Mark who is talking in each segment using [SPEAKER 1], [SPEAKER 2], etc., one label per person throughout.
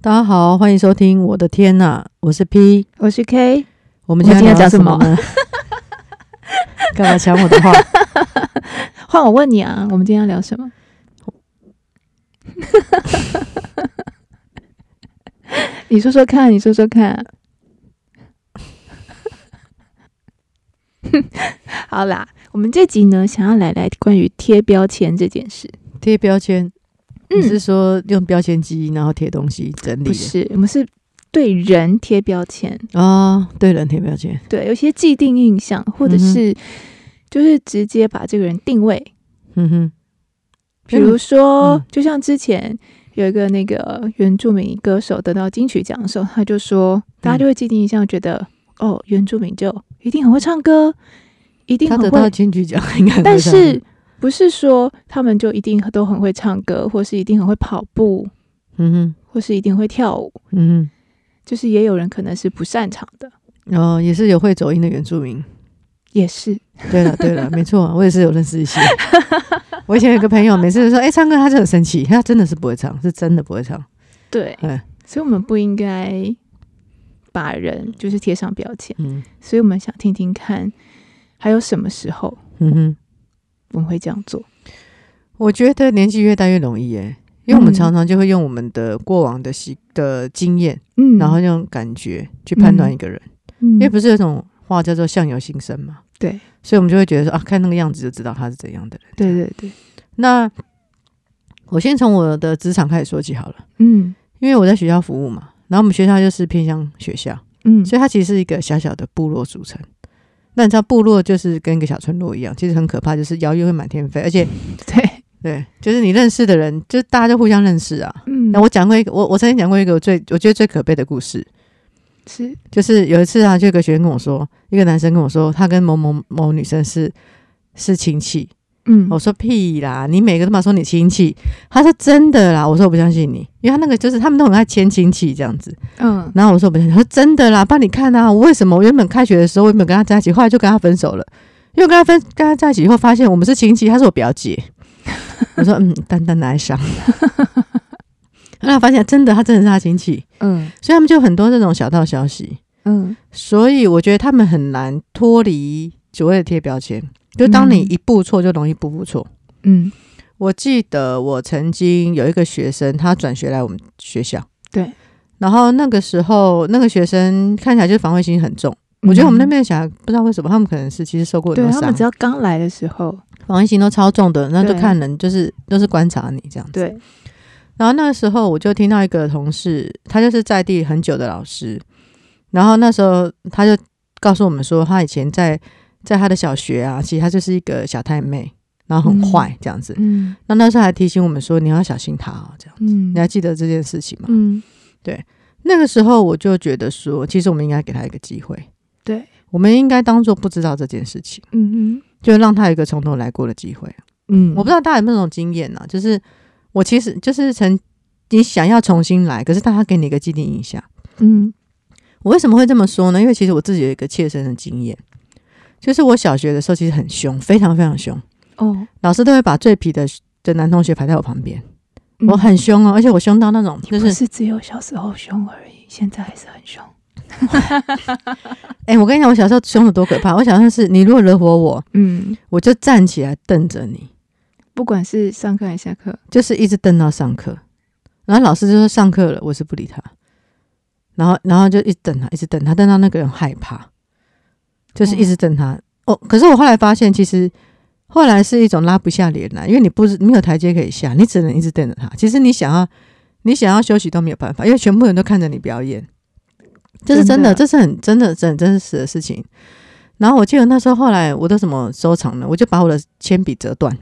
[SPEAKER 1] 大家好，欢迎收听《我的天呐、我是 P，
[SPEAKER 2] 我是 K，
[SPEAKER 1] 我们今天
[SPEAKER 2] 我们今天
[SPEAKER 1] 聊
[SPEAKER 2] 讲
[SPEAKER 1] 什
[SPEAKER 2] 什么
[SPEAKER 1] 呢？干嘛抢我的话？
[SPEAKER 2] 换我问你啊，我们今天要聊什 么？你说说看，你说说看。 好啦，我们这集呢，想要来来关于贴标签这件事。
[SPEAKER 1] 贴标签，你是
[SPEAKER 2] 嗯，
[SPEAKER 1] 说用标签机然后贴东西整理
[SPEAKER 2] 不是，我们是对人贴标签，
[SPEAKER 1] 啊、哦？对人贴标签，
[SPEAKER 2] 对，有一些既定印象，或者
[SPEAKER 1] 嗯哼
[SPEAKER 2] 是、就是直接把这个人定位。
[SPEAKER 1] 嗯哼，
[SPEAKER 2] 比如说，
[SPEAKER 1] 嗯
[SPEAKER 2] 就像之前有一个那个原住民歌手得到金曲奖的时候，他就说，
[SPEAKER 1] 嗯
[SPEAKER 2] 大家就会既定印象觉得，哦，原住民就一定很会唱歌，一定
[SPEAKER 1] 他得
[SPEAKER 2] 很
[SPEAKER 1] 到
[SPEAKER 2] 会，
[SPEAKER 1] 金曲奖应该很会
[SPEAKER 2] 但
[SPEAKER 1] 上
[SPEAKER 2] 是不是说他们就一定都很会唱歌，或是一定很会跑步，
[SPEAKER 1] 嗯
[SPEAKER 2] 或是一定会跳舞，
[SPEAKER 1] 哼，嗯
[SPEAKER 2] 就是也有人可能是不擅长的，
[SPEAKER 1] 哼，哦，也是有会走音的原住民。
[SPEAKER 2] 也是
[SPEAKER 1] 对 了，对了，没错啊，我也是有认识一些。我以前有个朋友，每次都说：“哎、唱歌他就很生气，他真的是不会唱，是真的不会唱。
[SPEAKER 2] 对，
[SPEAKER 1] 嗯
[SPEAKER 2] 所以我们不应该把人就是贴上标签，”
[SPEAKER 1] 嗯
[SPEAKER 2] 所以我们想听听看，还有什么时候
[SPEAKER 1] 嗯哼，
[SPEAKER 2] 我们会这样做。
[SPEAKER 1] 我觉得年纪越大越容易耶，因为我们
[SPEAKER 2] 嗯
[SPEAKER 1] 常常就会用我们的过往的习的经验，
[SPEAKER 2] 嗯，
[SPEAKER 1] 然后用感觉去判断一个人，
[SPEAKER 2] 因
[SPEAKER 1] 因为不是有一种话叫做“相由心生”嘛，
[SPEAKER 2] 嗯对
[SPEAKER 1] 所以我们就会觉得说啊，看那个样子就知道他是怎样的人。
[SPEAKER 2] 对对对，
[SPEAKER 1] 那我先从我的职场开始说起好了，
[SPEAKER 2] 嗯
[SPEAKER 1] 因为我在学校服务嘛，然后我们学校就是偏向学校。
[SPEAKER 2] 嗯，
[SPEAKER 1] 所以它其实是一个小小的部落组成。那你知道部落就是跟一个小村落一样，其实很可怕，就是谣言会满天飞，而且
[SPEAKER 2] 对，
[SPEAKER 1] 对，就是你认识的人，就是大家就互相认识啊。
[SPEAKER 2] 嗯，
[SPEAKER 1] 那我讲过一个，我我曾经讲过一个我最我觉得最可悲的故事，
[SPEAKER 2] 是
[SPEAKER 1] 就是有一次啊，就有个学生跟我说，一个男生跟我说，他跟某某某女生是是亲戚。
[SPEAKER 2] 嗯
[SPEAKER 1] 我说屁啦，你每个都嘛说你亲戚，他说真的啦，我说我不相信你，因为他那个就是他们都很爱牵亲戚这样子。
[SPEAKER 2] 嗯
[SPEAKER 1] 然后我说我不相信，他说真的啦，帮你看啊，我为什么我原本开学的时候我原本跟他在一起，后来就跟他分手了，因为我跟他分跟他在一起以后发现我们是亲戚，他是我表姐。我说嗯，淡淡的哀 伤。后来发现真的，他真的是他亲戚，
[SPEAKER 2] 嗯
[SPEAKER 1] 所以他们就有很多这种小道消息，
[SPEAKER 2] 嗯
[SPEAKER 1] 所以我觉得他们很难脱离所谓的贴标签，就当你
[SPEAKER 2] 嗯
[SPEAKER 1] 一步错，就容易步步错。
[SPEAKER 2] 嗯，
[SPEAKER 1] 我记得我曾经有一个学生，他转学来我们学校，
[SPEAKER 2] 对，
[SPEAKER 1] 然后那个时候那个学生看起来就是防卫心很重。我觉得我们那边的小孩不知道为什么，他们可能是其实受过很
[SPEAKER 2] 嗯对
[SPEAKER 1] 多
[SPEAKER 2] 他
[SPEAKER 1] 伤
[SPEAKER 2] 们，只要刚来的时候，
[SPEAKER 1] 防卫心都超重的，那就
[SPEAKER 2] 对
[SPEAKER 1] 看人就是都是观察你这样子。
[SPEAKER 2] 对，
[SPEAKER 1] 然后那个时候我就听到一个同事，他就是在地很久的老师，然后那时候他就告诉我们说，他以前在在他的小学啊，其实他就是一个小太妹，然后很坏这样子。
[SPEAKER 2] 嗯
[SPEAKER 1] 那那时候还提醒我们说，你要小心他哦，这样。
[SPEAKER 2] 嗯
[SPEAKER 1] 你还记得这件事情吗？
[SPEAKER 2] 嗯
[SPEAKER 1] 那个时候我就觉得说，其实我们应该给他一个机会，
[SPEAKER 2] 对，
[SPEAKER 1] 我们应该当做不知道这件事情，
[SPEAKER 2] 嗯嗯
[SPEAKER 1] 就让他有一个从头来过的机会。
[SPEAKER 2] 嗯，
[SPEAKER 1] 我不知道大家有没有这种经验呢、啊？就是我其实就是曾你想要重新来，可是大家给你一个既定印象。
[SPEAKER 2] 嗯
[SPEAKER 1] 我为什么会这么说呢？因为其实我自己有一个切身的经验，就是我小学的时候其实很凶，非常非常凶，
[SPEAKER 2] 哦，
[SPEAKER 1] 老师都会把最皮的的男同学排在我旁边，
[SPEAKER 2] 嗯
[SPEAKER 1] 我很凶哦，而且我凶到那种就
[SPEAKER 2] 不
[SPEAKER 1] 是
[SPEAKER 2] 是只有小时候凶而已，现在还是很凶，
[SPEAKER 1] 哎、我跟你讲，我小时候凶的多可怕！我小时候是你如果惹火我，
[SPEAKER 2] 嗯，
[SPEAKER 1] 我就站起来瞪着你，
[SPEAKER 2] 不管是上课还是下课，
[SPEAKER 1] 就是一直瞪到上课。然后老师就说上课了，我是不理他，然后然后就一直瞪他，一直瞪他，瞪到那个人害怕，就是一直瞪他。哦，可是我后来发现，其实后来是一种拉不下脸来，因为你不是没有台阶可以下，你只能一直瞪着他。其实你想要你想要休息都没有办法，因为全部人都看着你表演，这是真的，
[SPEAKER 2] 真的
[SPEAKER 1] 这是很真的、真真实的事情。然后我记得那时候，后来我都怎么收藏呢？我就把我的铅笔折断。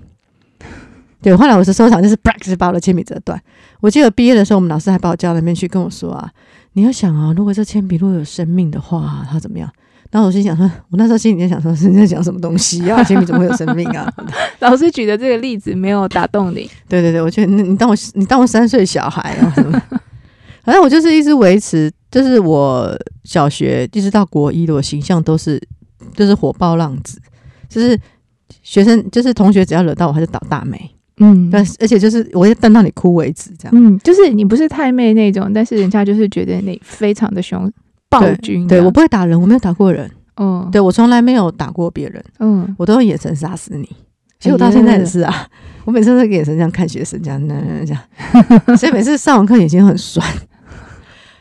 [SPEAKER 1] 对，后来我是收藏，就是 b r a c 把我的铅笔折断。我记得毕业的时候，我们老师还把我叫到那边去跟我说啊，你要想啊，如果这铅笔如果有生命的话，它怎么样？然后我心想说，我那时候心里就想说，是你在讲什么东西啊？铅笔怎么会有生命啊？
[SPEAKER 2] 老师举的这个例子没有打动你，
[SPEAKER 1] 对对对，我觉得你你当我你当我三岁小孩啊什么？反正我就是一直维持，就是我小学一直到国一的我形象都是就是火爆浪子，就是学生就是同学只要惹到我他就倒大霉，
[SPEAKER 2] 嗯，
[SPEAKER 1] 但是而且就是我要瞪到你哭为止，这样。
[SPEAKER 2] 嗯，就是你不是太妹那种，但是人家就是觉得你非常的凶暴君这
[SPEAKER 1] 对
[SPEAKER 2] 样。
[SPEAKER 1] 我不会打人，我没有打过人，
[SPEAKER 2] 嗯
[SPEAKER 1] 对我从来没有打过别人，
[SPEAKER 2] 嗯，
[SPEAKER 1] 我都用眼神杀死你。其实我到现在也是啊， 我每次都眼神这样看学生，这样那那这样， 所以每次上完课眼睛很酸。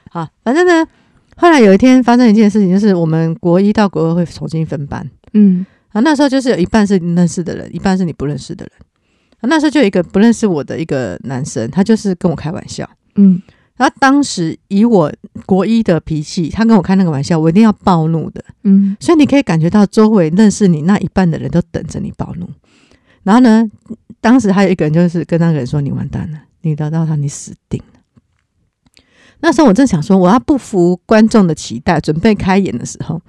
[SPEAKER 1] 好，反正呢，后来有一天发生一件事情，就是我们国一到国二会重新分班。
[SPEAKER 2] 嗯
[SPEAKER 1] 啊，那时候就是有一半是你认识的人，一半是你不认识的人。啊那时候就有一个不认识我的一个男生，他就是跟我开玩笑。
[SPEAKER 2] 嗯
[SPEAKER 1] 然后当时以我国一的脾气，他跟我开那个玩笑，我一定要暴怒的。
[SPEAKER 2] 嗯
[SPEAKER 1] 所以你可以感觉到周围认识你那一半的人都等着你暴怒。然后呢，当时还有一个人就是跟那个人说：“你完蛋了，你得到他，你死定了。”那时候我正想说，我要不服观众的期待，准备开演的时候，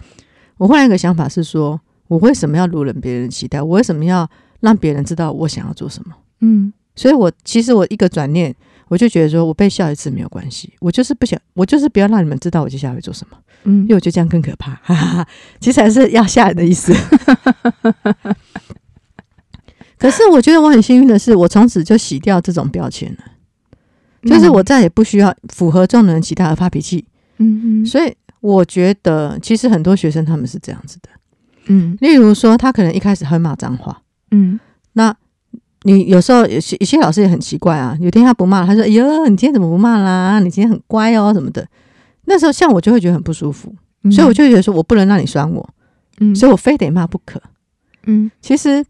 [SPEAKER 1] 我忽然有一个想法是说，我为什么要容忍别人的期待？我为什么要让别人知道我想要做什么？
[SPEAKER 2] 嗯
[SPEAKER 1] 所以我其实我一个转念，我就觉得说我被笑一次没有关系，我就是不想，我就是不要让你们知道我接下来会做什么。
[SPEAKER 2] 嗯
[SPEAKER 1] 因为我觉得这样更可怕， 哈哈哈，其实还是要吓人的意 思。可是我觉得我很幸运的是，我从此就洗掉这种标签了，就是我再也不需要符合众人期待而发脾气。
[SPEAKER 2] 嗯嗯
[SPEAKER 1] 所以我觉得，其实很多学生他们是这样子的，
[SPEAKER 2] 嗯
[SPEAKER 1] 例如说，他可能一开始很骂脏话，
[SPEAKER 2] 嗯
[SPEAKER 1] 那你有时候有些有些老师也很奇怪啊，有天他不骂，他说：“哎呦，你今天怎么不骂啦？你今天很乖哦，什么的。”那时候像我就会觉得很不舒服，
[SPEAKER 2] 嗯，
[SPEAKER 1] 所以我就觉得说我不能让你酸我，
[SPEAKER 2] 嗯
[SPEAKER 1] 所以我非得骂不可。
[SPEAKER 2] 嗯
[SPEAKER 1] 其实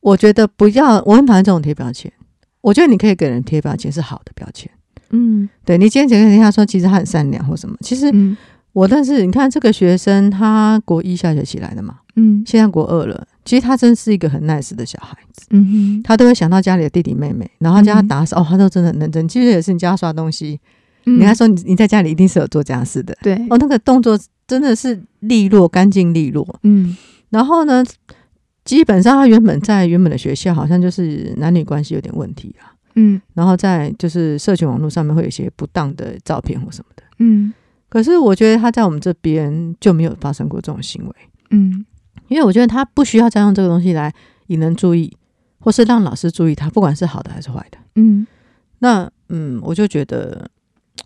[SPEAKER 1] 我觉得不要，我很讨厌这种贴标签。我觉得你可以给人贴标签是好的标签。
[SPEAKER 2] 嗯
[SPEAKER 1] 对你今天跟人家说，其实他很善良或什么，其实
[SPEAKER 2] 嗯
[SPEAKER 1] 我认识。你看这个学生，他国一下学期来的嘛，
[SPEAKER 2] 嗯
[SPEAKER 1] 现在国二了。其实他真是一个很 nice 的小孩，
[SPEAKER 2] 嗯
[SPEAKER 1] 他都会想到家里的弟弟妹妹，然后叫他
[SPEAKER 2] 嗯
[SPEAKER 1] 打扫、哦，他都真的很认真。记不记得有一次你教他刷东西，
[SPEAKER 2] 嗯，
[SPEAKER 1] 你还说你你在家里一定是有做家事的
[SPEAKER 2] 对
[SPEAKER 1] 哦，那个动作真的是利落、干净利落。
[SPEAKER 2] 嗯
[SPEAKER 1] 然后呢，基本上他原本在原本的学校好像就是男女关系有点问题啊，
[SPEAKER 2] 嗯
[SPEAKER 1] 然后在就是社群网络上面会有一些不当的照片或什么的。
[SPEAKER 2] 嗯
[SPEAKER 1] 可是我觉得他在我们这边就没有发生过这种行为，
[SPEAKER 2] 嗯
[SPEAKER 1] 因为我觉得他不需要再用这个东西来引人注意，或是让老师注意他，不管是好的还是坏的。
[SPEAKER 2] 嗯
[SPEAKER 1] 那嗯，我就觉得嗯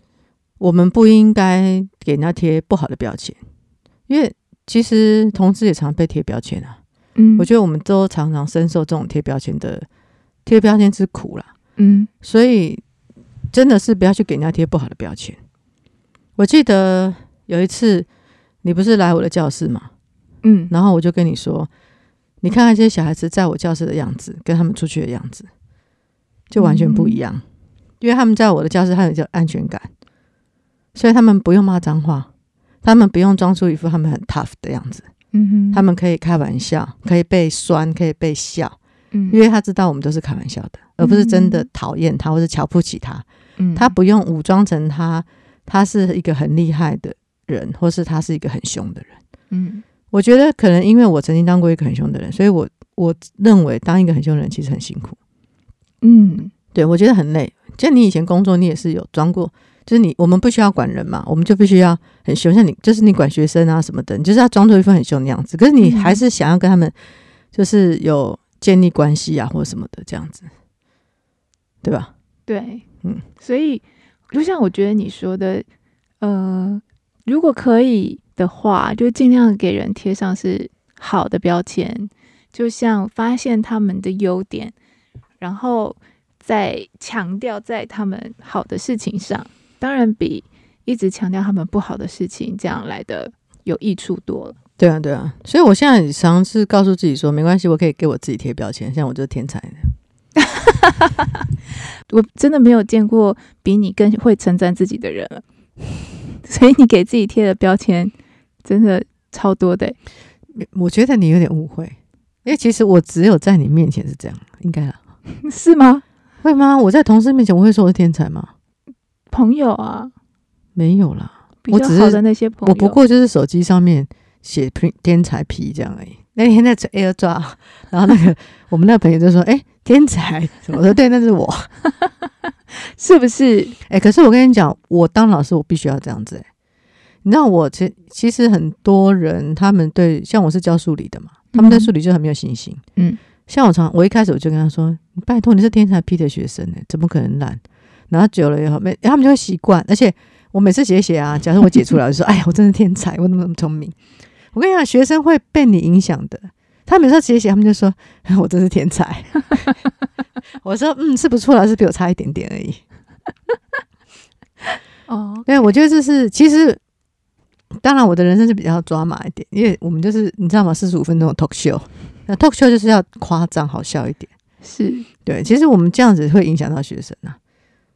[SPEAKER 1] 我们不应该给人家贴不好的标签，因为其实同志也常被贴标签啊。
[SPEAKER 2] 嗯，
[SPEAKER 1] 我觉得我们都常常深受这种贴标签的贴标签之苦啦，
[SPEAKER 2] 嗯
[SPEAKER 1] 所以真的是不要去给人家贴不好的标签。我记得有一次，你不是来我的教室嘛，
[SPEAKER 2] 嗯
[SPEAKER 1] 然后我就跟你说，你看看这些小孩子在我教室的样子，跟他们出去的样子，就完全不一样，因为他们在我的教室，他有一种安全感，所以他们不用骂脏话，他们不用装出一副他们很 tough 的样子，
[SPEAKER 2] 嗯哼，
[SPEAKER 1] 他们可以开玩笑，可以被酸，可以被笑。因
[SPEAKER 2] 嗯
[SPEAKER 1] 为他知道我们都是开玩笑的，而不是真的讨厌他或者瞧不起他。
[SPEAKER 2] 嗯
[SPEAKER 1] 他不用武装成他，他是一个很厉害的人，或是他是一个很凶的人。
[SPEAKER 2] 嗯
[SPEAKER 1] 我觉得可能因为我曾经当过一个很凶的人，所以我我认为当一个很凶的人其实很辛苦。
[SPEAKER 2] 嗯
[SPEAKER 1] 对我觉得很累。就你以前工作，你也是有装过，就是你我们不需要管人嘛，我们就必须要很凶，像你就是你管学生啊什么的，你就是要装作一副很凶的样子，可是你
[SPEAKER 2] 嗯
[SPEAKER 1] 还是想要跟他们就是有建立关系啊或什么的这样子，对吧？
[SPEAKER 2] 对，
[SPEAKER 1] 嗯，
[SPEAKER 2] 所以就像我觉得你说的，呃，如果可以的话，就尽量给人贴上是好的标签，就像发现他们的优点，然后再强调在他们好的事情上，当然比一直强调他们不好的事情这样来的有益处多了。
[SPEAKER 1] 对啊，对啊，所以我现在也尝试告诉自己说，没关系，我可以给我自己贴标签，像我就是天才的。
[SPEAKER 2] 我真的没有见过比你更会称赞自己的人了， 所以你给自己贴的标签真的超多的欸、
[SPEAKER 1] 我觉得你有点误会，因为其实我只有在你面前是这样，应该啦，
[SPEAKER 2] 是吗？
[SPEAKER 1] 会吗？我在同事面前我会说我是天才吗？
[SPEAKER 2] 朋友啊，
[SPEAKER 1] 没有啦。
[SPEAKER 2] 比
[SPEAKER 1] 我
[SPEAKER 2] 较
[SPEAKER 1] 只是
[SPEAKER 2] 好的那些朋友，
[SPEAKER 1] 我不过就是手机上面写拼天才皮这样而已。那天在 AirDrop，然后那个我们那个朋友就说：“哎、天才什么？”我说：“对，那是我。
[SPEAKER 2] 是不是？”
[SPEAKER 1] 哎、可是我跟你讲，我当老师我必须要这样子、哎，你知道我其其实很多人他们对像我是教数理的嘛，他们对
[SPEAKER 2] 嗯
[SPEAKER 1] 数理就很没有信心。
[SPEAKER 2] 嗯，
[SPEAKER 1] 像我常我一开始我就跟他说：“拜托，你是天才批的学生呢、欸怎么可能懒？”然后久了以后，每他们就会习惯。而且我每次写写啊，假设我写出来，我就说：“哎呀，我真是天才，我怎么那么聪明？”我跟你讲，学生会被你影响的。他每次写写，他们就说：“ 我真是天才。” 我说：“嗯，是不错啦，是比我差一点点而已。”
[SPEAKER 2] 哦，
[SPEAKER 1] 对，我觉得这是其实，当然我的人生是比较抓马一点，因为我们就是你知道吗？四十五分钟的 talk show，那 talk show 就是要夸张好笑一点。
[SPEAKER 2] 是。
[SPEAKER 1] 对，其实我们这样子会影响到学生啊。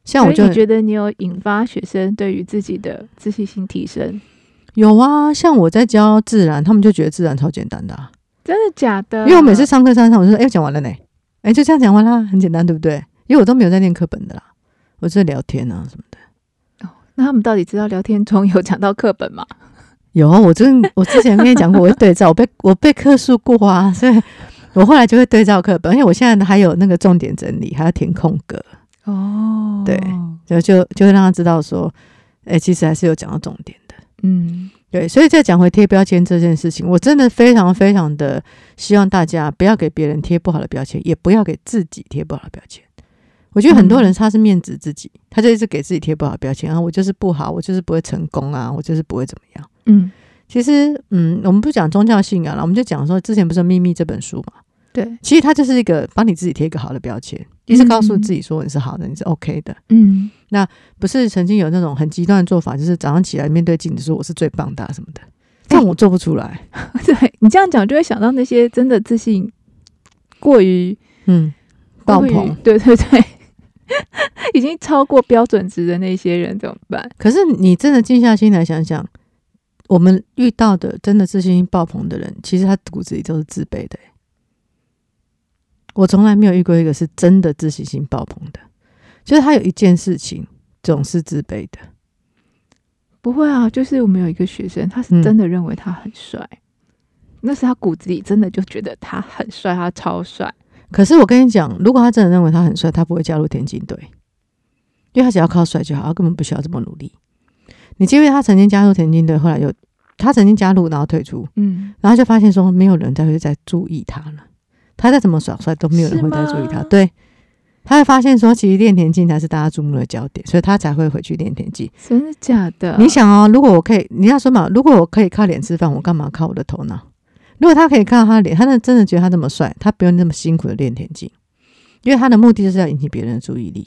[SPEAKER 1] 像我
[SPEAKER 2] 所
[SPEAKER 1] 就
[SPEAKER 2] 以你觉得你有引发学生对于自己的自信心提升？
[SPEAKER 1] 有啊，像我在教自然，他们就觉得自然超简单的、啊，
[SPEAKER 2] 真的假的？
[SPEAKER 1] 因为我每次上课上上，我就说：“哎、讲完了呢，哎、就这样讲完啦，很简单，对不对？”因为我都没有在念课本的啦，我是聊天啊什么的。
[SPEAKER 2] 那他们到底知道聊天中有讲到课本吗？
[SPEAKER 1] 有啊，我真我之前跟你讲过，我会对照，我被 我被课数过啊，所以我后来就会对照课本，而且我现在还有那个重点整理，还要填空格，
[SPEAKER 2] 哦
[SPEAKER 1] 对就就就会让他知道说，哎、其实还是有讲到重点的。
[SPEAKER 2] 嗯，
[SPEAKER 1] 对，所以再讲回贴标签这件事情，我真的非常非常的希望大家不要给别人贴不好的标签，也不要给自己贴不好的标签。我觉得很多人他是面子自己，他就一直给自己贴不好的标签啊，我就是不好，我就是不会成功啊，我就是不会怎么样。
[SPEAKER 2] 嗯，
[SPEAKER 1] 其实，嗯，我们不讲宗教信仰了，我们就讲说，之前不是《秘密》这本书嘛，
[SPEAKER 2] 对，
[SPEAKER 1] 其实它就是一个帮你自己贴一个好的标签，一直告诉自己说你是好的，你是 OK 的，
[SPEAKER 2] 嗯，
[SPEAKER 1] 不是曾经有那种很极端的做法，就是早上起来面对镜子说我是最棒的、啊、什么的，但我做不出来，
[SPEAKER 2] 对你这样讲，就会想到那些真的自信过于
[SPEAKER 1] 嗯，爆
[SPEAKER 2] 过于
[SPEAKER 1] 棚。
[SPEAKER 2] 对对对，已经超过标准值的那些人怎么办？
[SPEAKER 1] 可是你真的静下心来想想，我们遇到的真的自信心爆棚的人，其实他骨子里都是自卑的欸、我从来没有遇过一个是真的自信心爆棚的，就是他有一件事情总是自卑的。
[SPEAKER 2] 不会啊，就是我们有一个学生，他是
[SPEAKER 1] 嗯
[SPEAKER 2] 真的认为他很帅，那是他骨子里真的就觉得他很帅，他超帅。
[SPEAKER 1] 可是我跟你讲，如果他真的认为他很帅，他不会加入田径队，因为他只要靠帅就好，他根本不需要这么努力。你记不记得他曾经加入田径队，后来又他曾经加入然后退出，
[SPEAKER 2] 嗯，
[SPEAKER 1] 然后就发现说没有人再会再注意他了，他再怎么耍帅都没有人会再注意
[SPEAKER 2] 是
[SPEAKER 1] 他
[SPEAKER 2] 吗。
[SPEAKER 1] 对，他会发现说其实练田径才是大家注目的焦点，所以他才会回去练田径。
[SPEAKER 2] 真的假的？
[SPEAKER 1] 你想哦，如果我可以，你要说嘛，如果我可以靠脸吃饭，我干嘛靠我的头脑？如果他可以靠他的脸，他那真的觉得他这么帅，他不用那么辛苦的练田径，因为他的目的就是要引起别人的注意力。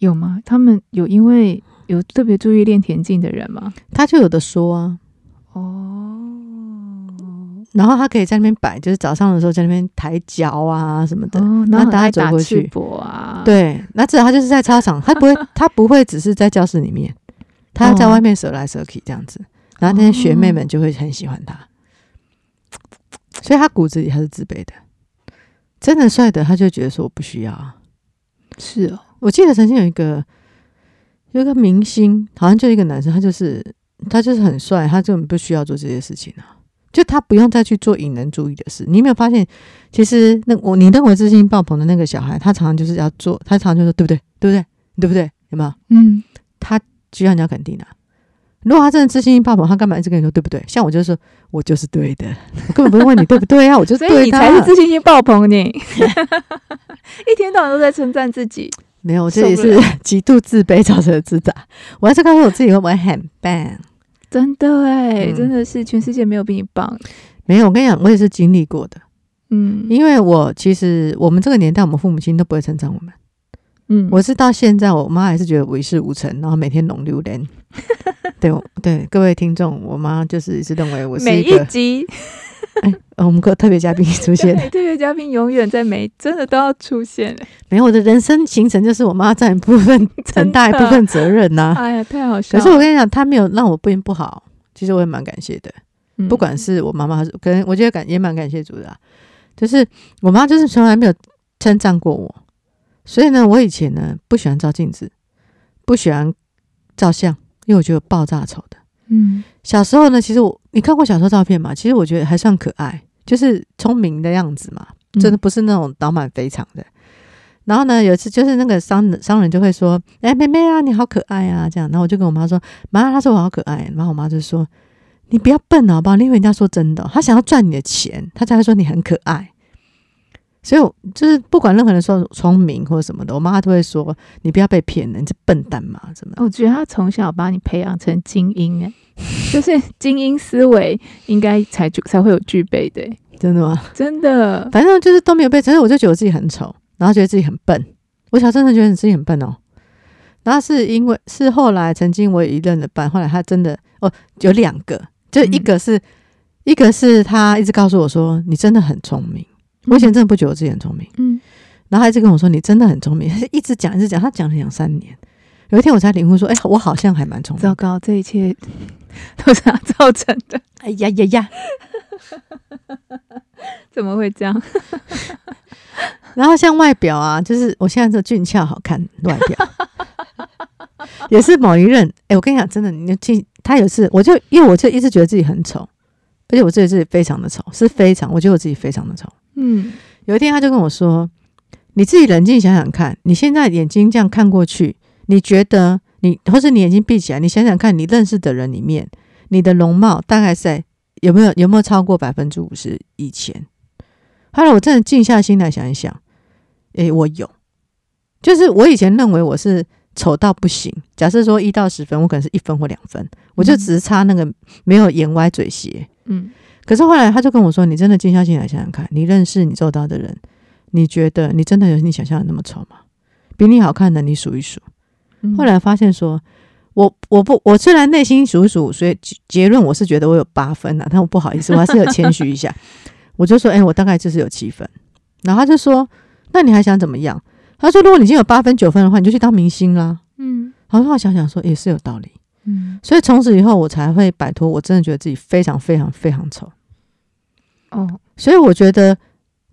[SPEAKER 2] 有吗？他们有因为有特别注意练田径的人吗？
[SPEAKER 1] 他就有的说啊，
[SPEAKER 2] 哦，
[SPEAKER 1] 然后他可以在那边摆，就是早上的时候在那边抬脚啊什么的。
[SPEAKER 2] 哦，然后
[SPEAKER 1] 大家
[SPEAKER 2] 很爱
[SPEAKER 1] 走
[SPEAKER 2] 打
[SPEAKER 1] 过
[SPEAKER 2] 赤
[SPEAKER 1] 去
[SPEAKER 2] 膊啊，，
[SPEAKER 1] 对，那至少他就是在操场，他不会，他不会只是在教室里面，他要在
[SPEAKER 2] 哦
[SPEAKER 1] 外面折来折去这样子，然后那些学妹们就会很喜欢他，所以他骨子里他是自卑的。真的帅的，他就觉得说我不需要啊。
[SPEAKER 2] 是哦，
[SPEAKER 1] 我记得曾经有一个有一个明星，好像就一个男生，他就是他就是很帅，他根本不需要做这些事情啊，就他不用再去做引人注意的事。你有没有发现，其实那我你认为自信爆棚的那个小孩，他常常就是要做，他常常就说对不对，对不对，对不对，有没有？
[SPEAKER 2] 嗯，
[SPEAKER 1] 他需要人家肯定啊。如果他真的自信爆棚，他干嘛一直跟你说对不对？像我就说，我就是对的， 我根本不会问你对不 对啊，我就是
[SPEAKER 2] 所
[SPEAKER 1] 对
[SPEAKER 2] 以你
[SPEAKER 1] 的
[SPEAKER 2] 才
[SPEAKER 1] 啊
[SPEAKER 2] 是自信心爆棚 你，一天到晚都在称赞自己，
[SPEAKER 1] 没有，我这
[SPEAKER 2] 受
[SPEAKER 1] 也
[SPEAKER 2] 不
[SPEAKER 1] 是
[SPEAKER 2] 了
[SPEAKER 1] 极度自卑造成的自大。我还是告诉我自己，我很棒。
[SPEAKER 2] 真的哎，
[SPEAKER 1] 嗯
[SPEAKER 2] 真的是全世界没有比你棒，
[SPEAKER 1] 没有，我跟你讲，我也是经历过的。
[SPEAKER 2] 嗯
[SPEAKER 1] 因为我其实我们这个年代，我们父母亲都不会称赞我们。
[SPEAKER 2] 嗯，
[SPEAKER 1] 我是到现在，我妈还是觉得我一事无成，然后每天弄榴 莲。对我对，各位听众，我妈就是一直认为我是
[SPEAKER 2] 每
[SPEAKER 1] 一个
[SPEAKER 2] 一 集
[SPEAKER 1] 呃我们特特别嘉宾出 现
[SPEAKER 2] 对特别嘉宾永远在每真的都要出现，欸
[SPEAKER 1] 没有我的人生行程就是我妈占一部分很大一部分责任呐、
[SPEAKER 2] 哎呀， 太好笑
[SPEAKER 1] 啊可
[SPEAKER 2] 了，
[SPEAKER 1] 是我跟你讲，她没有让我变不好，其实我也蛮感谢的。
[SPEAKER 2] 嗯
[SPEAKER 1] 不管是我妈妈还是，跟我觉得感也蛮感谢主的、啊，就是我妈就是从来没有称赞过我，所以呢，我以前呢不喜欢照镜子，不喜欢照相，因为我觉得爆炸丑的。
[SPEAKER 2] 嗯
[SPEAKER 1] 小时候呢，其实我你看过小时候照片吗？其实我觉得还算可爱，就是聪明的样子嘛，
[SPEAKER 2] 嗯
[SPEAKER 1] 真的不是那种脑满肥肠的。然后呢，有一次就是那个商人商人就会说：“哎、妹妹啊，你好可爱啊！”这样，然后我就跟我妈说：“妈，她说我好可爱。”然后我妈就说：“你不要笨了好不好？你以为人家说真的哦、她想要赚你的钱，她才会说你很可爱。”所以我就是不管任何人说聪明或者什么的，我妈都会说你不要被骗了，你是笨蛋嘛，什么的。
[SPEAKER 2] 我觉得他从小把你培养成精英，哎， 就是精英思维应该才就才会有具备的欸，
[SPEAKER 1] 真的吗？
[SPEAKER 2] 真的。
[SPEAKER 1] 反正就是都没有被，只是我就觉得我自己很丑，然后觉得自己很笨。我小时候真的觉得自己很笨哦。然后是因为是后来曾经我有一任的伴，后来他真的哦有两个，就一个是、一个是他一直告诉我说你真的很聪明，我以前真的不觉得我自己很聪明，
[SPEAKER 2] 嗯，
[SPEAKER 1] 然后他一直跟我说你真的很聪明，他一直讲一直讲，他讲了两三年，有一天我才领悟说，哎、我好像还蛮聪明
[SPEAKER 2] 糟
[SPEAKER 1] 的。
[SPEAKER 2] 糕，这一切都是他造成的，
[SPEAKER 1] 哎呀呀呀！
[SPEAKER 2] 怎么会这样？
[SPEAKER 1] 然后像外表啊，就是我现在这俊俏好看外表，也是某一任。哎、我跟你讲，真的，你就记他有一次，我就因为我就一直觉得自己很丑，而且我觉得自己非常的丑，是非常，我觉得我自己非常的丑。
[SPEAKER 2] 嗯，
[SPEAKER 1] 有一天他就跟我说：“你自己冷静想想看，你现在眼睛这样看过去，你觉得你，或是你眼睛闭起来，你想想看，你认识的人里面，你的容貌大概是在有没有有没有超过百分之五十以前？”后来我真的静下心来想一想，诶、我有，就是我以前认为我是丑到不行。假设说一到十分，我可能是一分或两分，我就
[SPEAKER 2] 嗯
[SPEAKER 1] 只是差那个没有眼歪嘴斜。
[SPEAKER 2] 嗯，
[SPEAKER 1] 可是后来他就跟我说：“你真的静下心来想想看，你认识你周遭的人，你觉得你真的有你想象的那么丑吗？比你好看的你数一数。”
[SPEAKER 2] 嗯
[SPEAKER 1] 后来发现说，我我不我虽然内心数一数，所以结结论我是觉得我有八分啊了、但我不好意思，我还是有谦虚一下。我就说：“哎、我大概就是有七分。”然后他就说：“那你还想怎么样？”他说：“如果你已经有八分九分的话，你就去当明星啦。
[SPEAKER 2] 嗯”
[SPEAKER 1] 然后我想想说，也是有道理。
[SPEAKER 2] 嗯，
[SPEAKER 1] 所以从此以后，我才会摆脱我真的觉得自己非常非常非常丑。
[SPEAKER 2] 哦，
[SPEAKER 1] 所以我觉得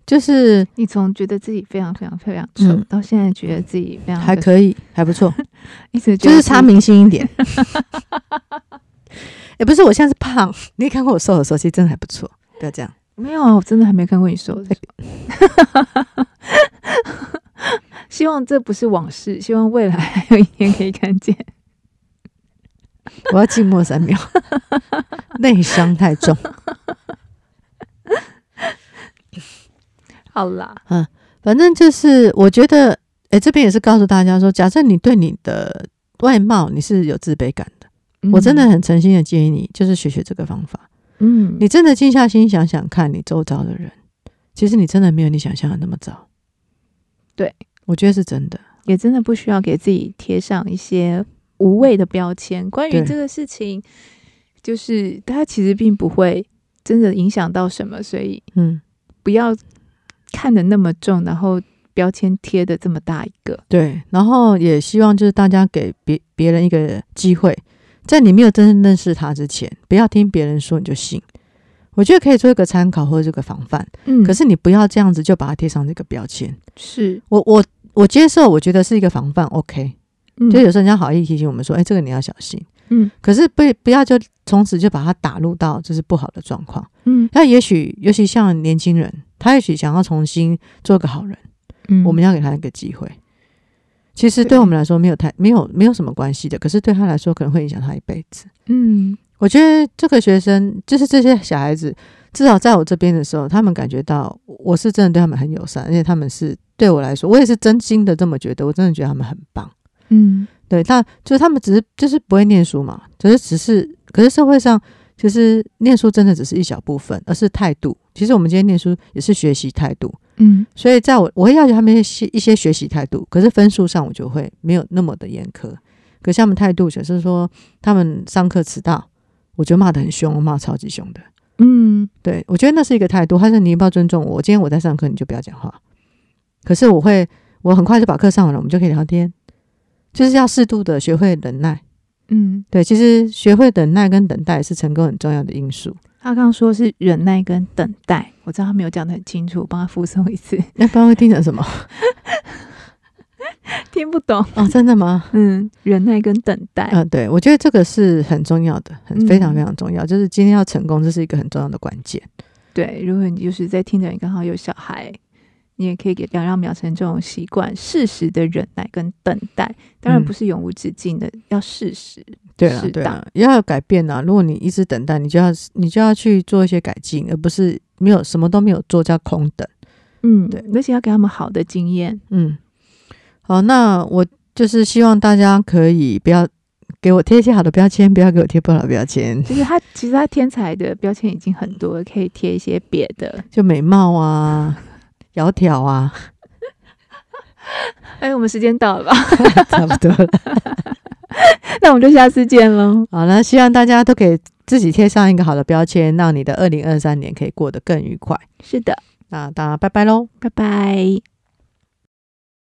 [SPEAKER 1] 就是
[SPEAKER 2] 你从觉得自己非常非常非常丑，
[SPEAKER 1] 嗯
[SPEAKER 2] 到现在觉得自己非常
[SPEAKER 1] 还可以，还不错，
[SPEAKER 2] 以，一直觉
[SPEAKER 1] 就
[SPEAKER 2] 得
[SPEAKER 1] 是
[SPEAKER 2] 自己
[SPEAKER 1] 差明星一点。也、不是，我现在是胖，你看过我瘦的时候，其实真的还不错。不要这样，
[SPEAKER 2] 没有啊，我真的还没看过你瘦的。 希望这不是往事，希望未来还有一天可以看 见。
[SPEAKER 1] 我要静默三秒，内伤太重。
[SPEAKER 2] 好啦，
[SPEAKER 1] 反正就是，我觉得，哎、这边也是告诉大家说，假设你对你的外貌你是有自卑感的，
[SPEAKER 2] 嗯
[SPEAKER 1] 我真的，很诚心的建议你，就是学学这个方法。
[SPEAKER 2] 嗯，
[SPEAKER 1] 你真的静下心想想看，你周遭的人，其实你真的没有你想象的那么糟。
[SPEAKER 2] 对，
[SPEAKER 1] 我觉得是真的。
[SPEAKER 2] 也真的不需要给自己贴上一些无谓的标签。关于
[SPEAKER 1] 对
[SPEAKER 2] 这个事情，就是它其实并不会真的影响到什么，所以
[SPEAKER 1] 嗯，
[SPEAKER 2] 不要看得那么重，然后标签贴的这么大一个。
[SPEAKER 1] 对。然后也希望就是大家给别别人一个机会，在你没有真正认识他之前，不要听别人说你就信。我觉得可以做一个参考或者这个防范，
[SPEAKER 2] 嗯
[SPEAKER 1] 可是你不要这样子就把它贴上这个标签。
[SPEAKER 2] 是，
[SPEAKER 1] 我我我接受，我觉得是一个防范，OK。
[SPEAKER 2] 嗯
[SPEAKER 1] 就有时候人家好意提醒我们说，哎、这个你要小心。
[SPEAKER 2] 嗯
[SPEAKER 1] 可是不不要就从此就把它打入到就是不好的状况。
[SPEAKER 2] 嗯
[SPEAKER 1] 那也许，尤其像年轻人，他也许想要重新做个好人，
[SPEAKER 2] 嗯，
[SPEAKER 1] 我们要给他一个机会。其实对
[SPEAKER 2] 对
[SPEAKER 1] 我们来说没有太没有没有什么关系的，可是对他来说可能会影响他一辈子。
[SPEAKER 2] 嗯
[SPEAKER 1] 我觉得这个学生，就是这些小孩子，至少在我这边的时候，他们感觉到我是真的对他们很友善，而且他们是对我来说，我也是真心的这么觉得，我真的觉得他们很棒。
[SPEAKER 2] 嗯
[SPEAKER 1] 对，但就是他们只是就是不会念书嘛，只是只是，可是社会上其实念书真的只是一小部分，而是态度。其实我们今天念书也是学习态度，
[SPEAKER 2] 嗯
[SPEAKER 1] 所以在我我会要求他们一些一些学习态度，可是分数上我就会没有那么的严苛。可是他们态度，就是说他们上课迟到，我就骂得很凶，我骂超级凶的。
[SPEAKER 2] 嗯
[SPEAKER 1] 对我觉得那是一个态度，他说你要不要尊重我？今天我在上课，你就不要讲话。可是我会，我很快就把课上完了，我们就可以聊天，就是要适度的学会忍耐。
[SPEAKER 2] 嗯，
[SPEAKER 1] 对，其实学会忍耐跟等待是成功很重要的因素。
[SPEAKER 2] 他刚刚说是忍耐跟等待，我知道他没有讲的很清楚，我帮他复诵一次，
[SPEAKER 1] 那不然会听成什么？
[SPEAKER 2] 听不懂。 呃
[SPEAKER 1] 哦，真的 吗？
[SPEAKER 2] 嗯，忍耐跟等待。
[SPEAKER 1] 嗯，对，我觉得这个是很重要的，很
[SPEAKER 2] 嗯
[SPEAKER 1] 非常非常重要。就是今天要成功，这是一个很重要的关键。
[SPEAKER 2] 对，如果你就是在听的人刚好有小孩，你也可以给让让秒成这种习惯，适时的忍耐跟等待，当然
[SPEAKER 1] 嗯
[SPEAKER 2] 不是永无止境的，要适时。
[SPEAKER 1] 对了
[SPEAKER 2] 是，
[SPEAKER 1] 对
[SPEAKER 2] 的
[SPEAKER 1] 了，要有改变啊！如果你一直等待，你就要你就要去做一些改进，而不是没有什么都没有做叫空等。
[SPEAKER 2] 嗯，
[SPEAKER 1] 对，
[SPEAKER 2] 而且要给他们好的经验。
[SPEAKER 1] 嗯，好，那我就是希望大家可以不要给我贴一些好的标签，不要给我贴不好的标签，
[SPEAKER 2] 就是他其实他天才的标签已经很多了，可以贴一些别的。
[SPEAKER 1] 就美貌啊、 窈窕啊，
[SPEAKER 2] 哎，我们时间到了吧？
[SPEAKER 1] 差不多了。
[SPEAKER 2] 那我们就下次见喽。
[SPEAKER 1] 好了，希望大家都给自己贴上一个好的标签，让你的二零二三年可以过得更愉快。
[SPEAKER 2] 是的，
[SPEAKER 1] 那大家拜拜喽。
[SPEAKER 2] 拜拜。